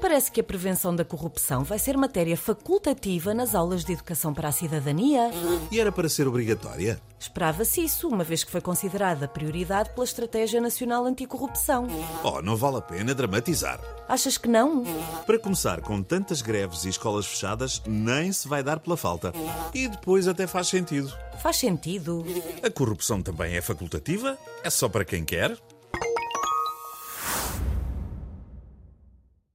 Parece que a prevenção da corrupção vai ser matéria facultativa nas aulas de educação para a cidadania. E era para ser obrigatória? Esperava-se isso, uma vez que foi considerada prioridade pela Estratégia Nacional Anticorrupção. Oh, não vale a pena dramatizar. Achas que não? Para começar, com tantas greves e escolas fechadas, nem se vai dar pela falta. E depois até faz sentido. Faz sentido. A corrupção também é facultativa? É só para quem quer?